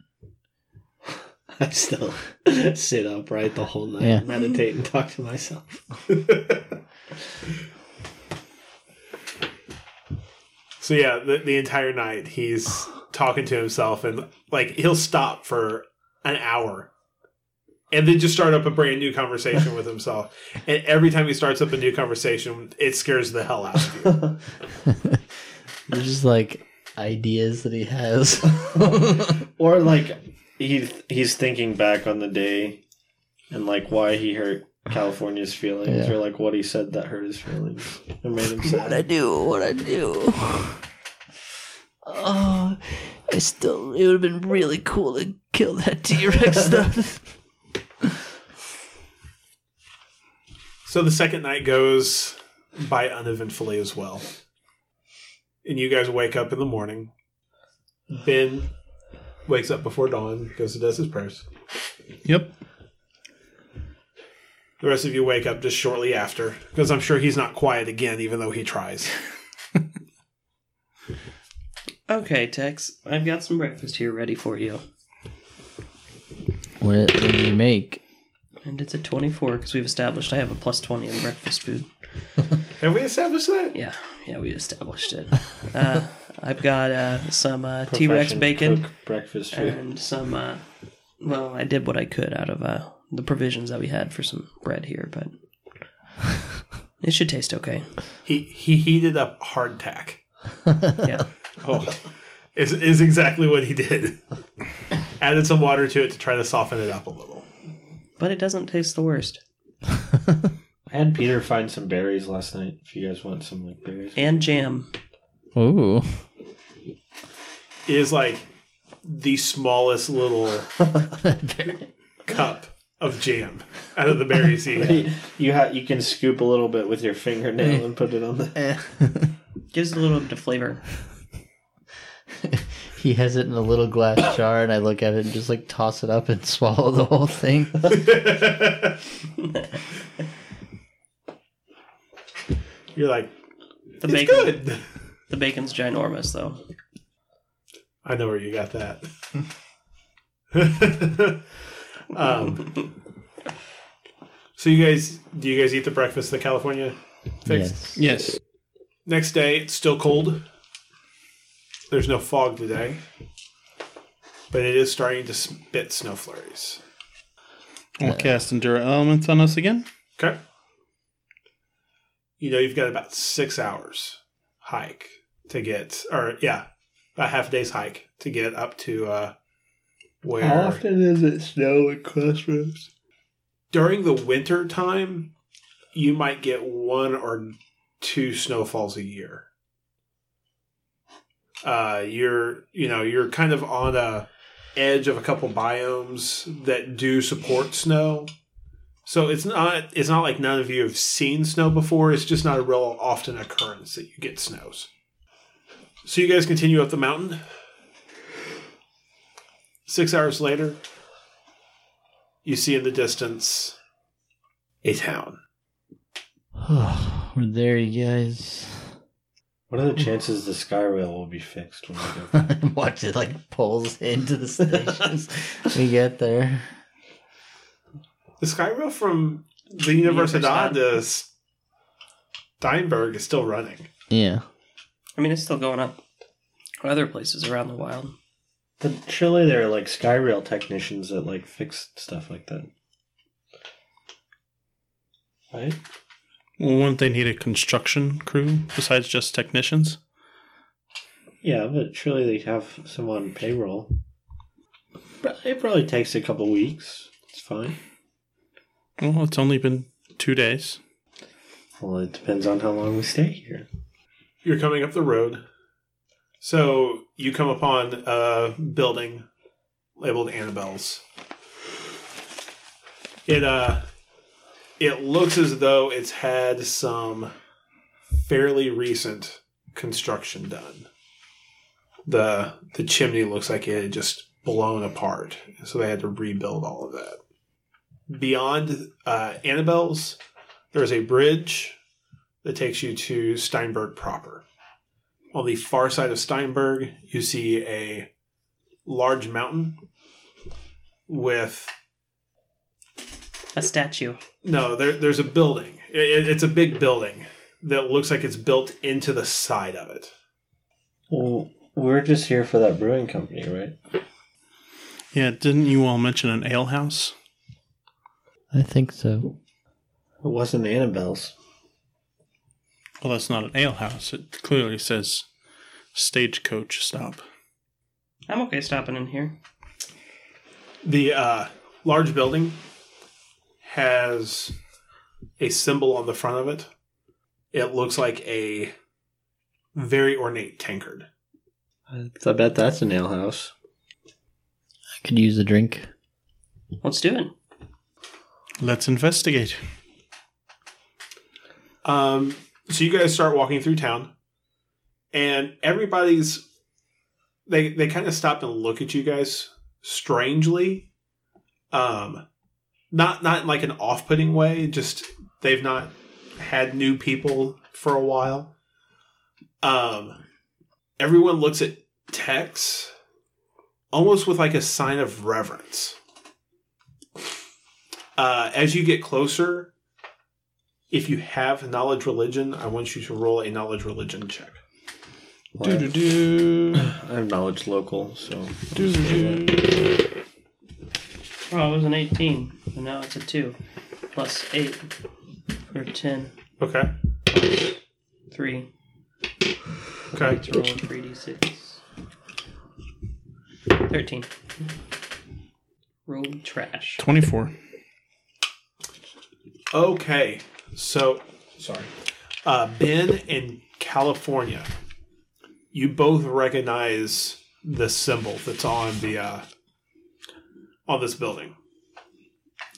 Speaker 3: I still [laughs] sit upright the whole night,
Speaker 6: Yeah.
Speaker 3: meditate, and talk to myself.
Speaker 4: So yeah, the, the entire night he's talking to himself, and like he'll stop for an hour, and then just start up a brand new conversation with himself. And every time he starts up a new conversation, it scares the hell out of you.
Speaker 6: They're just like ideas that he has. [laughs]
Speaker 3: Or like he he's thinking back on the day and like why he hurt California's feelings,
Speaker 6: Yeah.
Speaker 3: or like what he said that hurt his feelings and made him sad.
Speaker 6: do? What I do? Oh, I still. It would have been really cool to kill that T Rex [laughs] stuff.
Speaker 4: So the second night goes by uneventfully as well. And you guys wake up in the morning. Ben wakes up before dawn, goes and does his prayers.
Speaker 5: [laughs] Yep.
Speaker 4: The rest of you wake up just shortly after, because I'm sure he's not quiet again, even though he tries.
Speaker 7: Okay, Tex. I've got some breakfast here ready for you.
Speaker 6: What did you make?
Speaker 7: And it's a 24 because we've established I have a plus 20 in breakfast food.
Speaker 4: [laughs] Have we established that?
Speaker 7: Yeah, yeah, we established [laughs] it. Uh, I've got uh, some uh, T Rex
Speaker 3: Profession
Speaker 7: bacon
Speaker 3: cook breakfast food.
Speaker 7: and some. Uh, well, I did what I could out of uh, the provisions that we had for some bread here,
Speaker 4: [laughs]
Speaker 7: but it should taste okay.
Speaker 4: He he heated up hardtack.
Speaker 7: Yeah.
Speaker 4: Oh, is is exactly what he did. Added some water to it to try to soften it up a little.
Speaker 7: But it doesn't taste the worst.
Speaker 3: I had Peter find some berries last night. If you guys want some like berries,
Speaker 7: And jam.
Speaker 6: Ooh.
Speaker 4: It is like the smallest little cup of jam out of the berries he had.
Speaker 3: you ha- you can scoop a little bit with your fingernail and put it on
Speaker 7: [laughs]
Speaker 3: the.
Speaker 6: Eh.
Speaker 7: Gives it a little bit of flavor.
Speaker 6: [laughs] He has it in a little glass jar, and I look at it and just like toss it up and [laughs] swallow the whole [laughs] thing.
Speaker 4: You're like,
Speaker 7: The
Speaker 4: it's
Speaker 7: bacon.
Speaker 4: good.
Speaker 7: The bacon's ginormous, though.
Speaker 4: I know where you got that. um, so you guys, do you guys eat the breakfast that California fixed?
Speaker 6: yes.
Speaker 5: Yes.
Speaker 4: Next day, it's still cold. There's no fog today, but it is starting to spit snow flurries.
Speaker 5: We'll cast Endura Elements on us again.
Speaker 4: Okay. You know, you've got about six hours hike to get, or yeah, about half a day's hike to get up to uh, where.
Speaker 3: does it snow at crossroads?
Speaker 4: during the winter time, you might get one or two snowfalls a year. Uh, you're you know you're kind of on a edge of a couple biomes that do support snow, so it's not it's not like none of you have seen snow before. It's just not a real often occurrence that you get snows. So you guys continue up the mountain. Six hours later, you see in the distance a town.
Speaker 6: We're [sighs] there, you guys.
Speaker 3: What are the chances the sky rail will be fixed when we go?
Speaker 6: [laughs] Watch it like pulls into
Speaker 7: [laughs]
Speaker 6: the stations. [laughs] we get there.
Speaker 4: The Skyrail from the Universidad
Speaker 7: Universidad.
Speaker 4: de Steinberg is still running.
Speaker 6: Yeah.
Speaker 7: I mean, it's still going up other places around the wild.
Speaker 3: [laughs] the, surely there are like sky rail technicians that like fix stuff like that. Right?
Speaker 5: Well, wouldn't they need a construction crew besides just technicians?
Speaker 3: Yeah, but surely they have some on payroll. But it probably takes a couple weeks. It's fine.
Speaker 5: Well, it's only been two days.
Speaker 3: Well, it depends on how long we stay here.
Speaker 4: You're coming up the road. So you come upon a building labeled Annabelle's. It uh it looks as though it's had some fairly recent construction done. the the chimney looks like it had just blown apart, so they had to rebuild all of that. Beyond uh, Annabelle's, there's a bridge that takes you to Steinberg proper. On the far side of Steinberg, you see a large mountain with
Speaker 7: A statue.
Speaker 4: no, there, there's a building. I- I- it's a big building that looks like it's built into the side of it.
Speaker 3: Well, we're just here for that brewing company, right?
Speaker 5: Yeah, didn't you all mention an ale house?
Speaker 6: I think so.
Speaker 3: It wasn't Annabelle's.
Speaker 5: Well, that's not an ale house. It clearly says stagecoach stop.
Speaker 7: I'm okay stopping in here.
Speaker 4: The uh, large building has a symbol on the front of it. It looks like a very ornate tankard.
Speaker 3: I I bet that's an ale house.
Speaker 6: I could use a drink.
Speaker 7: Let's do it.
Speaker 5: Let's investigate.
Speaker 4: Um, so you guys start walking through town, and everybody's they they kind of stop and look at you guys strangely. Um, not not in like an off putting way. Just they've not had new people for a while. Um, everyone looks at Tex almost with like a sign of reverence. Uh, as you get closer, if you have knowledge religion, I want you to roll a knowledge religion check.
Speaker 3: Well,
Speaker 5: Do do do
Speaker 3: I have knowledge local, so
Speaker 5: do do.
Speaker 7: Oh, it was an 18, and now it's a 2. Plus 8. Or 10.
Speaker 4: Okay.
Speaker 7: 3.
Speaker 4: Okay.
Speaker 7: It's rolling 3d6. 13. Rolled trash.
Speaker 5: Twenty four.
Speaker 4: Okay. So, sorry. Uh, ben in California, you both recognize the symbol that's on the uh, on this building.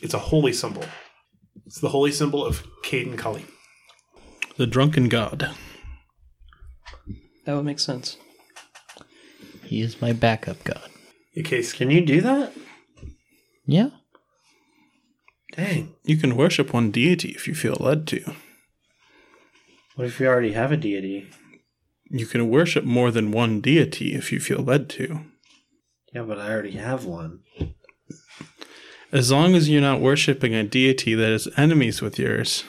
Speaker 4: It's a holy symbol. It's the holy symbol of Caden Kali.
Speaker 5: The drunken god.
Speaker 7: That would make sense.
Speaker 6: He is my backup god.
Speaker 4: In case
Speaker 3: Can you do that?
Speaker 6: Yeah.
Speaker 3: Dang.
Speaker 5: You can worship one deity if you feel led to.
Speaker 3: What if we already have a deity?
Speaker 5: You can worship more than one deity if you feel led to.
Speaker 3: Yeah, but I already have one.
Speaker 5: As long as you're not worshiping a deity that is enemies with yours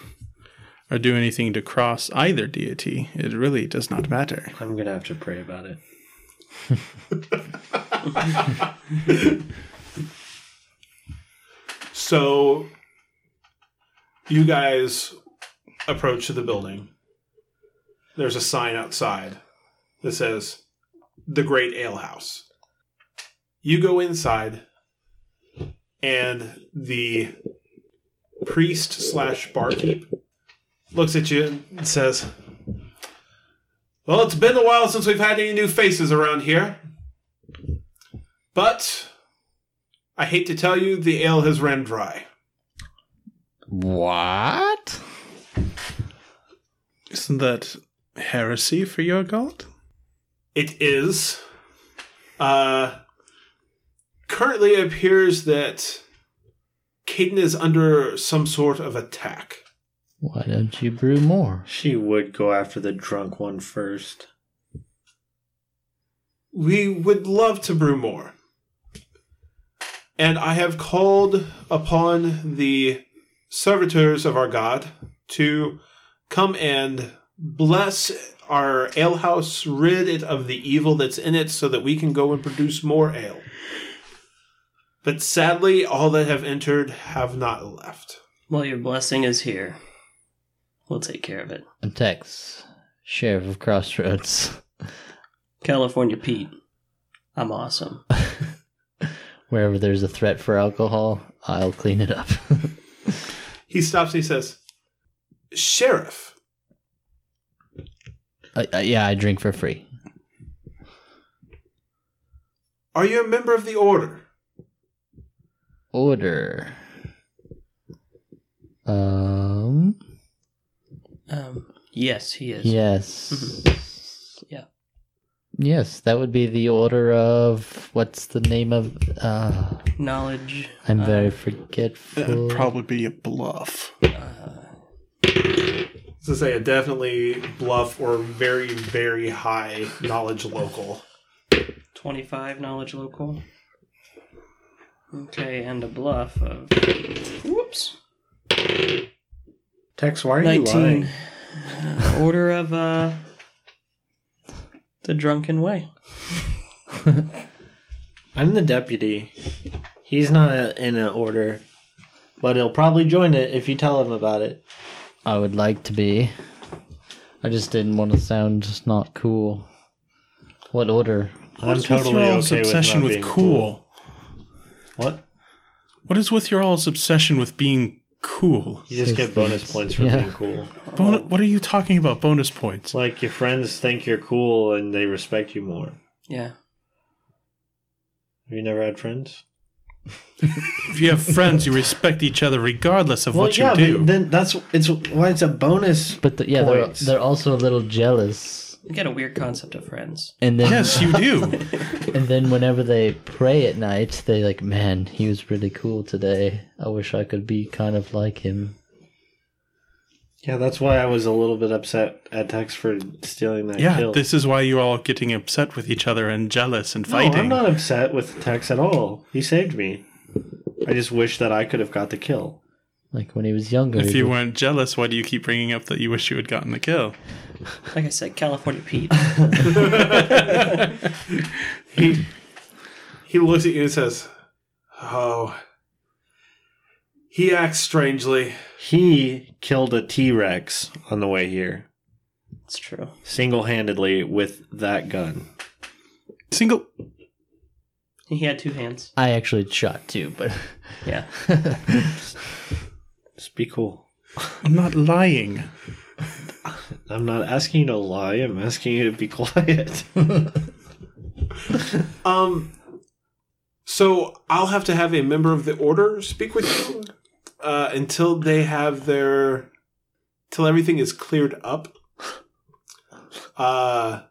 Speaker 5: or do anything to cross either deity, it really does not matter.
Speaker 3: I'm gonna have to pray about it.
Speaker 4: So you guys approach the building. There's a sign outside that says the Great Ale House. You go inside and the priest slash barkeep looks at you and says Well, it's been a while since we've had any new faces around here. But I hate to tell you, the ale has ran dry.
Speaker 6: What?
Speaker 5: Isn't that heresy for your god?
Speaker 4: It is. Uh, currently, it appears that Caden is under some sort of attack.
Speaker 6: Why don't you brew more?
Speaker 3: She would go after the drunk one first.
Speaker 4: We would love to brew more. And I have called upon the servitors of our God to come and bless our alehouse, rid it of the evil that's in it, so that we can go and produce more ale. But sadly, all that have entered have not left.
Speaker 7: Well, your blessing is here. We'll take care of it.
Speaker 6: And Tex, Sheriff of Crossroads. [laughs]
Speaker 7: California Pete. I'm awesome.
Speaker 6: Wherever there's a threat for alcohol, I'll clean it up. [laughs]
Speaker 4: He stops and he says, Sheriff,
Speaker 6: I, I, yeah, I drink for free.
Speaker 4: are you a member of the order?
Speaker 6: Order. Um.
Speaker 7: Um, yes, he is.
Speaker 6: Yes.
Speaker 7: [laughs] Yeah.
Speaker 6: Yes, that would be the order of what's the name of? Uh,
Speaker 7: Knowledge.
Speaker 6: I'm
Speaker 7: uh,
Speaker 6: very
Speaker 5: It'd
Speaker 6: forgetful.
Speaker 5: probably be a bluff.
Speaker 4: So say a definitely bluff or very very high knowledge local.
Speaker 7: 25 knowledge local. Okay, and a bluff of. Whoops.
Speaker 3: Tex, why are you
Speaker 7: 19.
Speaker 3: lying?
Speaker 7: Uh, order of uh, the Drunken Way.
Speaker 3: I'm the deputy. He's not a, in an order, but he'll probably join it if you tell him about it.
Speaker 6: I would like to be. I just didn't want to sound just not cool. What order?
Speaker 5: What's with your all's obsession with, cool?
Speaker 3: What?
Speaker 5: What is with your all's obsession with being cool?
Speaker 3: You just
Speaker 6: Says
Speaker 3: get bonus
Speaker 6: things.
Speaker 3: points for
Speaker 6: Yeah.
Speaker 3: being cool.
Speaker 5: Bon- what are you talking about? Bonus points.
Speaker 3: Like your friends think you're cool and they respect you more.
Speaker 7: Yeah.
Speaker 3: Have you never had friends?
Speaker 5: If you have friends, you respect each other regardless of what you
Speaker 3: yeah,
Speaker 5: do.
Speaker 3: but then that's it's why it's a bonus.
Speaker 6: But the, yeah, they're,
Speaker 3: Points.
Speaker 6: they're also a little jealous.
Speaker 7: You get a weird concept of friends.
Speaker 6: And then,
Speaker 5: yes,
Speaker 3: [laughs]
Speaker 5: you do.
Speaker 6: and then whenever they pray at night, they like, man, he was really cool today. I wish I could be kind of like him.
Speaker 3: Yeah, that's why I was a little bit upset at Tex for stealing that
Speaker 5: Yeah,
Speaker 3: kill.
Speaker 5: this is why you're all getting upset with each other and jealous and
Speaker 3: no,
Speaker 5: fighting.
Speaker 3: I'm not upset with Tex at all. He saved me. I just wish that I could have got the kill.
Speaker 6: Like when he was younger.
Speaker 5: If
Speaker 6: he
Speaker 5: you
Speaker 6: would-
Speaker 5: weren't jealous, why do you keep bringing up that you wish you had gotten the kill?
Speaker 7: Like I said, California Pete.
Speaker 4: He he looks at you and says, "Oh." He acts strangely.
Speaker 3: He killed a T Rex on the way here,
Speaker 7: It's true.
Speaker 3: single handedly with that gun.
Speaker 5: Single.
Speaker 7: He had two hands.
Speaker 6: I actually shot too, but
Speaker 7: Yeah.
Speaker 3: Just be cool.
Speaker 5: I'm not lying.
Speaker 3: I'm not asking you to lie. I'm asking you to be [laughs] quiet.
Speaker 4: Um, so I'll have to have a member of the order speak with you uh, until they have their till everything is cleared up. Uh,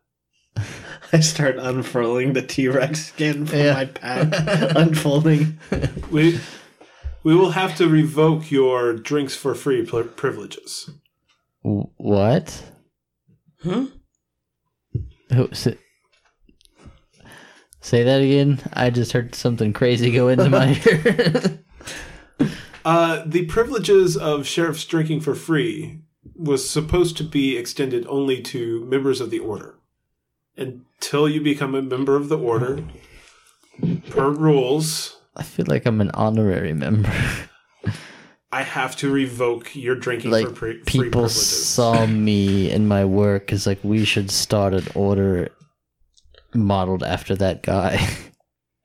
Speaker 3: I start unfurling the T Rex skin from
Speaker 6: Yeah.
Speaker 3: my pack, [laughs] unfolding.
Speaker 4: we we will have to revoke your drinks for free pri privileges.
Speaker 6: W- what?
Speaker 7: Hmm?
Speaker 6: Who, say, say that again. I just heard something crazy go into my [laughs] ear.
Speaker 4: Uh, the privileges of sheriff's drinking for free was supposed to be extended only to members of the order. Until you become a member of the order, per rules,
Speaker 6: I feel like I'm an
Speaker 4: [laughs]
Speaker 6: honorary member. [laughs]
Speaker 4: I have to revoke your drinking
Speaker 6: like
Speaker 4: for pre- free
Speaker 6: people
Speaker 4: privileges. [laughs]
Speaker 6: saw me in my work as like we should start an order modeled after that guy. [laughs]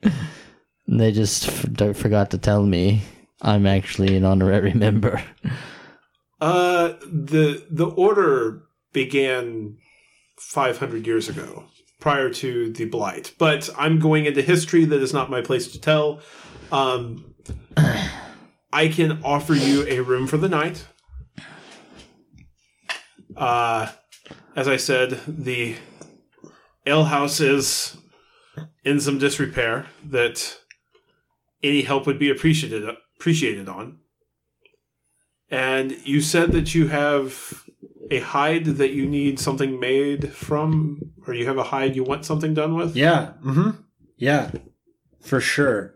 Speaker 6: And they just f- don't- forgot to tell me I'm actually an honorary [laughs] member.
Speaker 4: Uh, the the order began 500 years ago, prior to the blight. But I'm going into history that is not my place to tell. Um, I can offer you a room for the night. Uh, as I said, the alehouse is in some disrepair that any help would be appreciated appreciated on. And you said that you have a hide that you need something made from, or you have a hide you want something done with.
Speaker 3: Yeah. Mm-hmm. Yeah. For sure.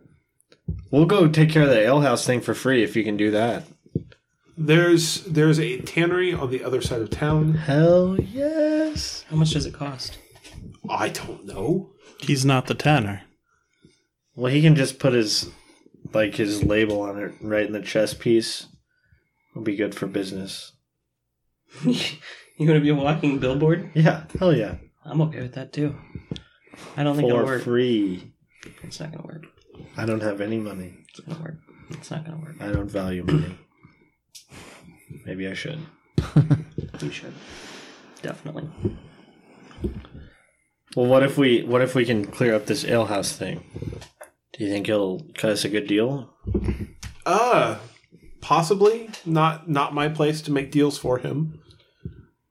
Speaker 3: We'll go take care of the alehouse thing for free if you can do that.
Speaker 4: There's there's a tannery on the other side of town.
Speaker 3: Hell yes.
Speaker 7: How much does it cost? [laughs]
Speaker 4: I don't know.
Speaker 5: He's not the tanner.
Speaker 3: Well, he can just put his like his label on it right in the chest piece. It'll be good for business.
Speaker 7: you want to be a walking billboard?
Speaker 3: Yeah. Hell yeah.
Speaker 7: I'm okay with that too. I don't think it'll
Speaker 3: For
Speaker 7: work.
Speaker 3: free.
Speaker 7: It's not gonna work.
Speaker 3: I don't have any money.
Speaker 7: It's gonna work. It's not gonna work.
Speaker 3: I don't value money. Maybe I should.
Speaker 7: You should. Definitely.
Speaker 3: Well, what if we what if we can clear up this alehouse thing? Do you think he'll cut us a good deal?
Speaker 4: Uh possibly not not my place to make deals for him.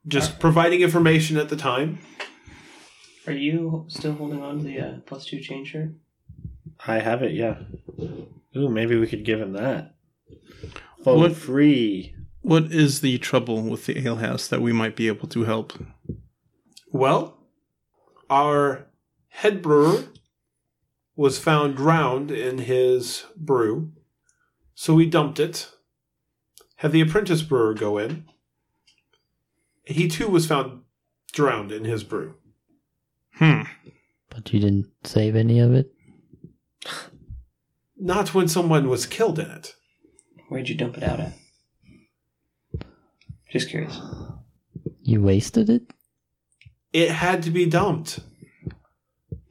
Speaker 4: Just providing information at the time.
Speaker 7: Are you still holding on to the uh, plus two chain shirt?
Speaker 3: I have it, yeah. Ooh, maybe we could give him that. For
Speaker 5: What-
Speaker 3: free.
Speaker 5: What is the trouble with the alehouse that we might be able to help?
Speaker 4: Well, our head brewer was found drowned in his brew, so we dumped it. Had the apprentice brewer go in. He too was found drowned in his brew.
Speaker 5: Hmm.
Speaker 6: But you didn't save any of it?
Speaker 4: Not when someone was killed in it.
Speaker 7: Where'd you dump it out at? Just curious.
Speaker 6: You wasted it?
Speaker 4: It had to be dumped.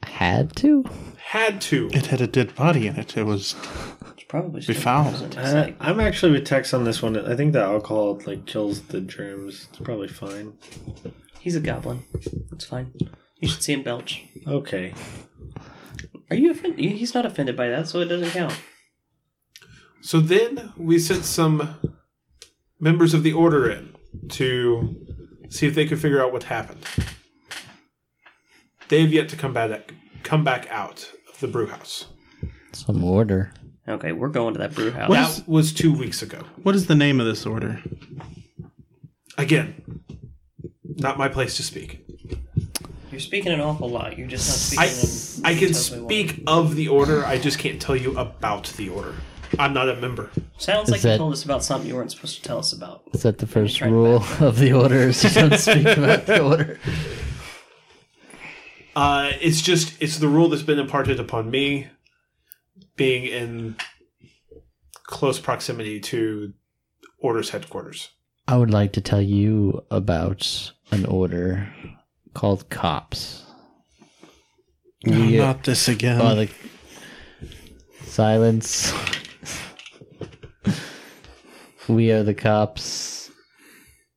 Speaker 6: Had to?
Speaker 4: Had to.
Speaker 5: It had a dead body in it. It was
Speaker 7: It's probably
Speaker 5: Be
Speaker 7: still
Speaker 5: found.
Speaker 7: frozen. It's
Speaker 3: Uh,
Speaker 7: like-
Speaker 3: I'm actually with Tex on this one. I think the alcohol like kills the germs. It's probably fine.
Speaker 7: He's a goblin. It's fine. You should see him belch.
Speaker 3: [laughs] Okay.
Speaker 7: Are you offended? He's not offended by that, so it doesn't count.
Speaker 4: So then we sent some members of the order in to see if they could figure out what happened. They have yet to come back come back out of the brew house.
Speaker 6: Some order.
Speaker 7: Okay, we're going to that brew house.
Speaker 5: What
Speaker 4: that
Speaker 5: is-
Speaker 4: was two weeks ago.
Speaker 5: What is the name of this order?
Speaker 4: Again, not my place to speak.
Speaker 7: You're speaking an awful lot. You're just
Speaker 4: I
Speaker 7: not speaking.
Speaker 4: I
Speaker 7: in
Speaker 4: can
Speaker 7: details we want.
Speaker 4: speak of the order. I just can't tell you about the order. I'm not a member.
Speaker 7: Sounds
Speaker 6: Is
Speaker 7: like
Speaker 6: that-
Speaker 7: you told us about something you weren't supposed to tell us about.
Speaker 6: Is that the first
Speaker 7: Try to
Speaker 6: rule [laughs] of
Speaker 7: [laughs]
Speaker 6: the order? Is you don't speak about the order.
Speaker 4: Uh, it's just it's the rule that's been imparted upon me, being in close proximity to Order's headquarters.
Speaker 6: I would like to tell you about an order called cops.
Speaker 5: No,
Speaker 6: Yeah.
Speaker 5: Not this again.
Speaker 6: Oh, the silence. we are the cops,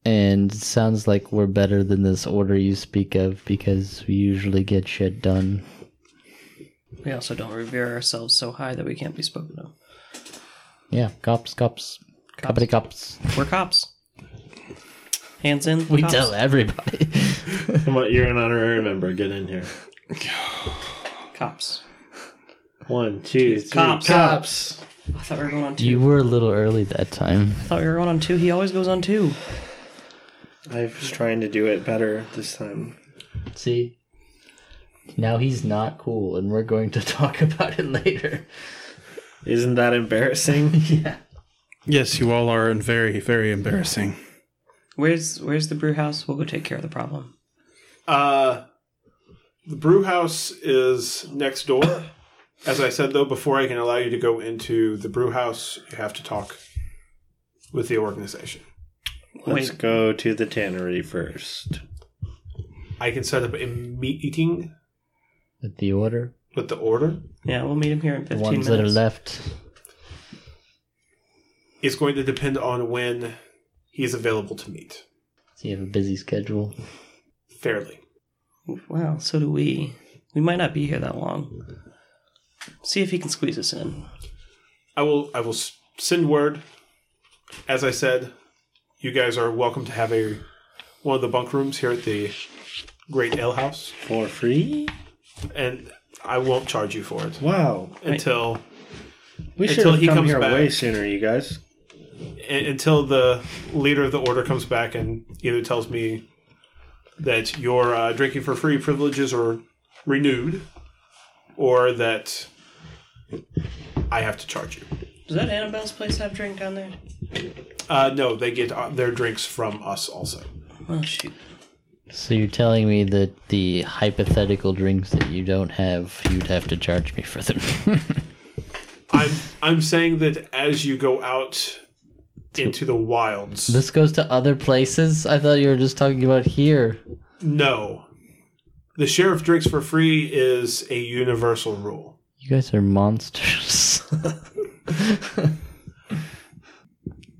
Speaker 6: and it sounds like we're better than this order you speak of because we usually get shit done.
Speaker 7: We also don't revere ourselves so high that we can't be spoken of.
Speaker 6: Yeah, cops, cops, company cops.
Speaker 7: We're cops. Hands in.
Speaker 6: We
Speaker 7: cops.
Speaker 6: tell everybody.
Speaker 3: Come on, you're an honorary member. Get in here.
Speaker 7: cops.
Speaker 3: One, two, three.
Speaker 7: Cops.
Speaker 3: Cops.
Speaker 7: I thought we were going on two.
Speaker 6: you were a little early that time.
Speaker 7: I thought we were going on two. He always goes on two.
Speaker 3: I was trying to do it better this time.
Speaker 6: See? Now he's not cool, and we're going to [laughs] talk about it later.
Speaker 3: Isn't that [laughs] embarrassing?
Speaker 6: yeah.
Speaker 5: yes, you all are and very, very embarrassing.
Speaker 7: Where's Where's the brew house? We'll go take care of the problem.
Speaker 4: Uh, the brew house is next door. [coughs] As I said though, before I can allow you to go into the brew house, you have to talk with the organization.
Speaker 3: Let's
Speaker 7: Wait.
Speaker 3: go to the tannery first.
Speaker 4: I can set up a meeting
Speaker 6: With the order,
Speaker 4: with the order.
Speaker 7: Yeah, we'll meet him here in
Speaker 6: the
Speaker 7: fifteen
Speaker 6: ones that are
Speaker 7: minutes.
Speaker 6: left.
Speaker 4: It's going to depend on when he is available to meet.
Speaker 6: So you have a busy schedule.
Speaker 4: Fairly.
Speaker 7: Wow, so do we. We might not be here that long. See if he can squeeze us in.
Speaker 4: I will. I will s- send word. As I said, you guys are welcome to have a one of the bunk rooms here at the Great Ale House,
Speaker 3: For free?
Speaker 4: and I won't charge you for it
Speaker 3: Wow.
Speaker 4: until
Speaker 3: We should
Speaker 4: Until
Speaker 3: have
Speaker 4: he
Speaker 3: come
Speaker 4: comes
Speaker 3: here
Speaker 4: back.
Speaker 3: way sooner, you guys.
Speaker 4: u- until the leader of the order comes back and either tells me that your uh, drinking for free privileges are renewed, or that I have to charge you.
Speaker 7: Does that Annabelle's place have drink down there?
Speaker 4: Uh, no, they get uh, their drinks from us also.
Speaker 7: Oh shoot.
Speaker 6: So you're telling me that the hypothetical drinks that you don't have, you'd have to charge me for them. [laughs]
Speaker 4: I'm I'm saying that as you go out into the wilds.
Speaker 6: this goes to other places? I thought you were just talking about here.
Speaker 4: no. The sheriff drinks for free is a universal rule.
Speaker 6: You guys are monsters. [laughs]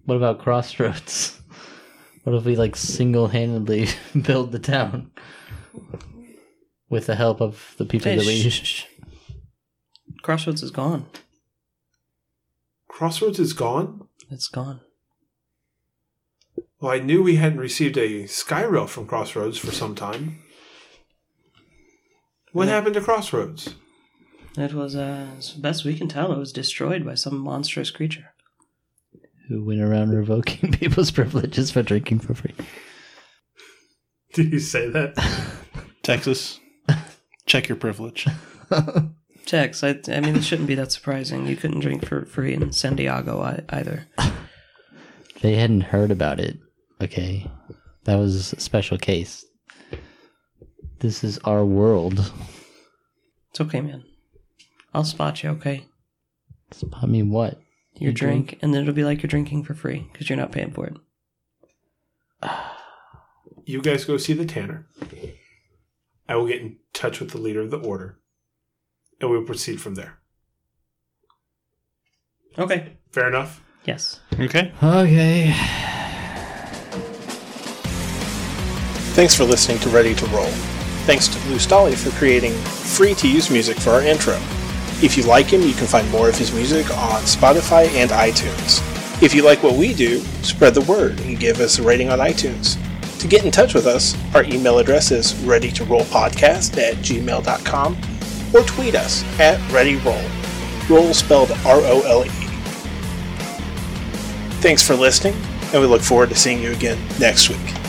Speaker 6: what about Crossroads? What if we like single-handedly [laughs] build the town with the help of the people
Speaker 7: Hey,
Speaker 6: that we?
Speaker 7: shh, shh, shh. Crossroads is gone.
Speaker 4: Crossroads is gone?
Speaker 7: It's gone.
Speaker 4: Well, I knew we hadn't received a Skyrail from Crossroads for some time. What happened to Crossroads? [laughs]
Speaker 7: It was, uh, as best we can tell, it was destroyed by some monstrous creature.
Speaker 6: [laughs] Who went around revoking [laughs] people's privileges for drinking for free?
Speaker 4: Did you say that?
Speaker 5: Texas, check your privilege.
Speaker 7: Tex, I, I mean, it shouldn't be that surprising. You couldn't drink for free in San Diego I, either.
Speaker 6: They hadn't heard about it. Okay, that was a special case. This is our world.
Speaker 7: It's okay, man. I'll spot you, okay?
Speaker 6: I mean, what?
Speaker 7: Your drink, and then it'll be like you're drinking for free because you're not paying for it.
Speaker 4: You guys go see the tanner. I will get in touch with the leader of the order, and we'll proceed from there.
Speaker 7: Okay.
Speaker 4: Fair enough.
Speaker 7: Yes.
Speaker 5: Okay.
Speaker 6: Okay.
Speaker 8: Thanks for listening to Ready to Roll. Thanks to Blue Stolly for creating free to use music for our intro. If you like him, you can find more of his music on Spotify and iTunes. If you like what we do, spread the word and give us a rating on iTunes. To get in touch with us, our email address is readytorollpodcast at gmail.com or tweet us at readyroll. Roll spelled R O L E. Thanks for listening, and we look forward to seeing you again next week.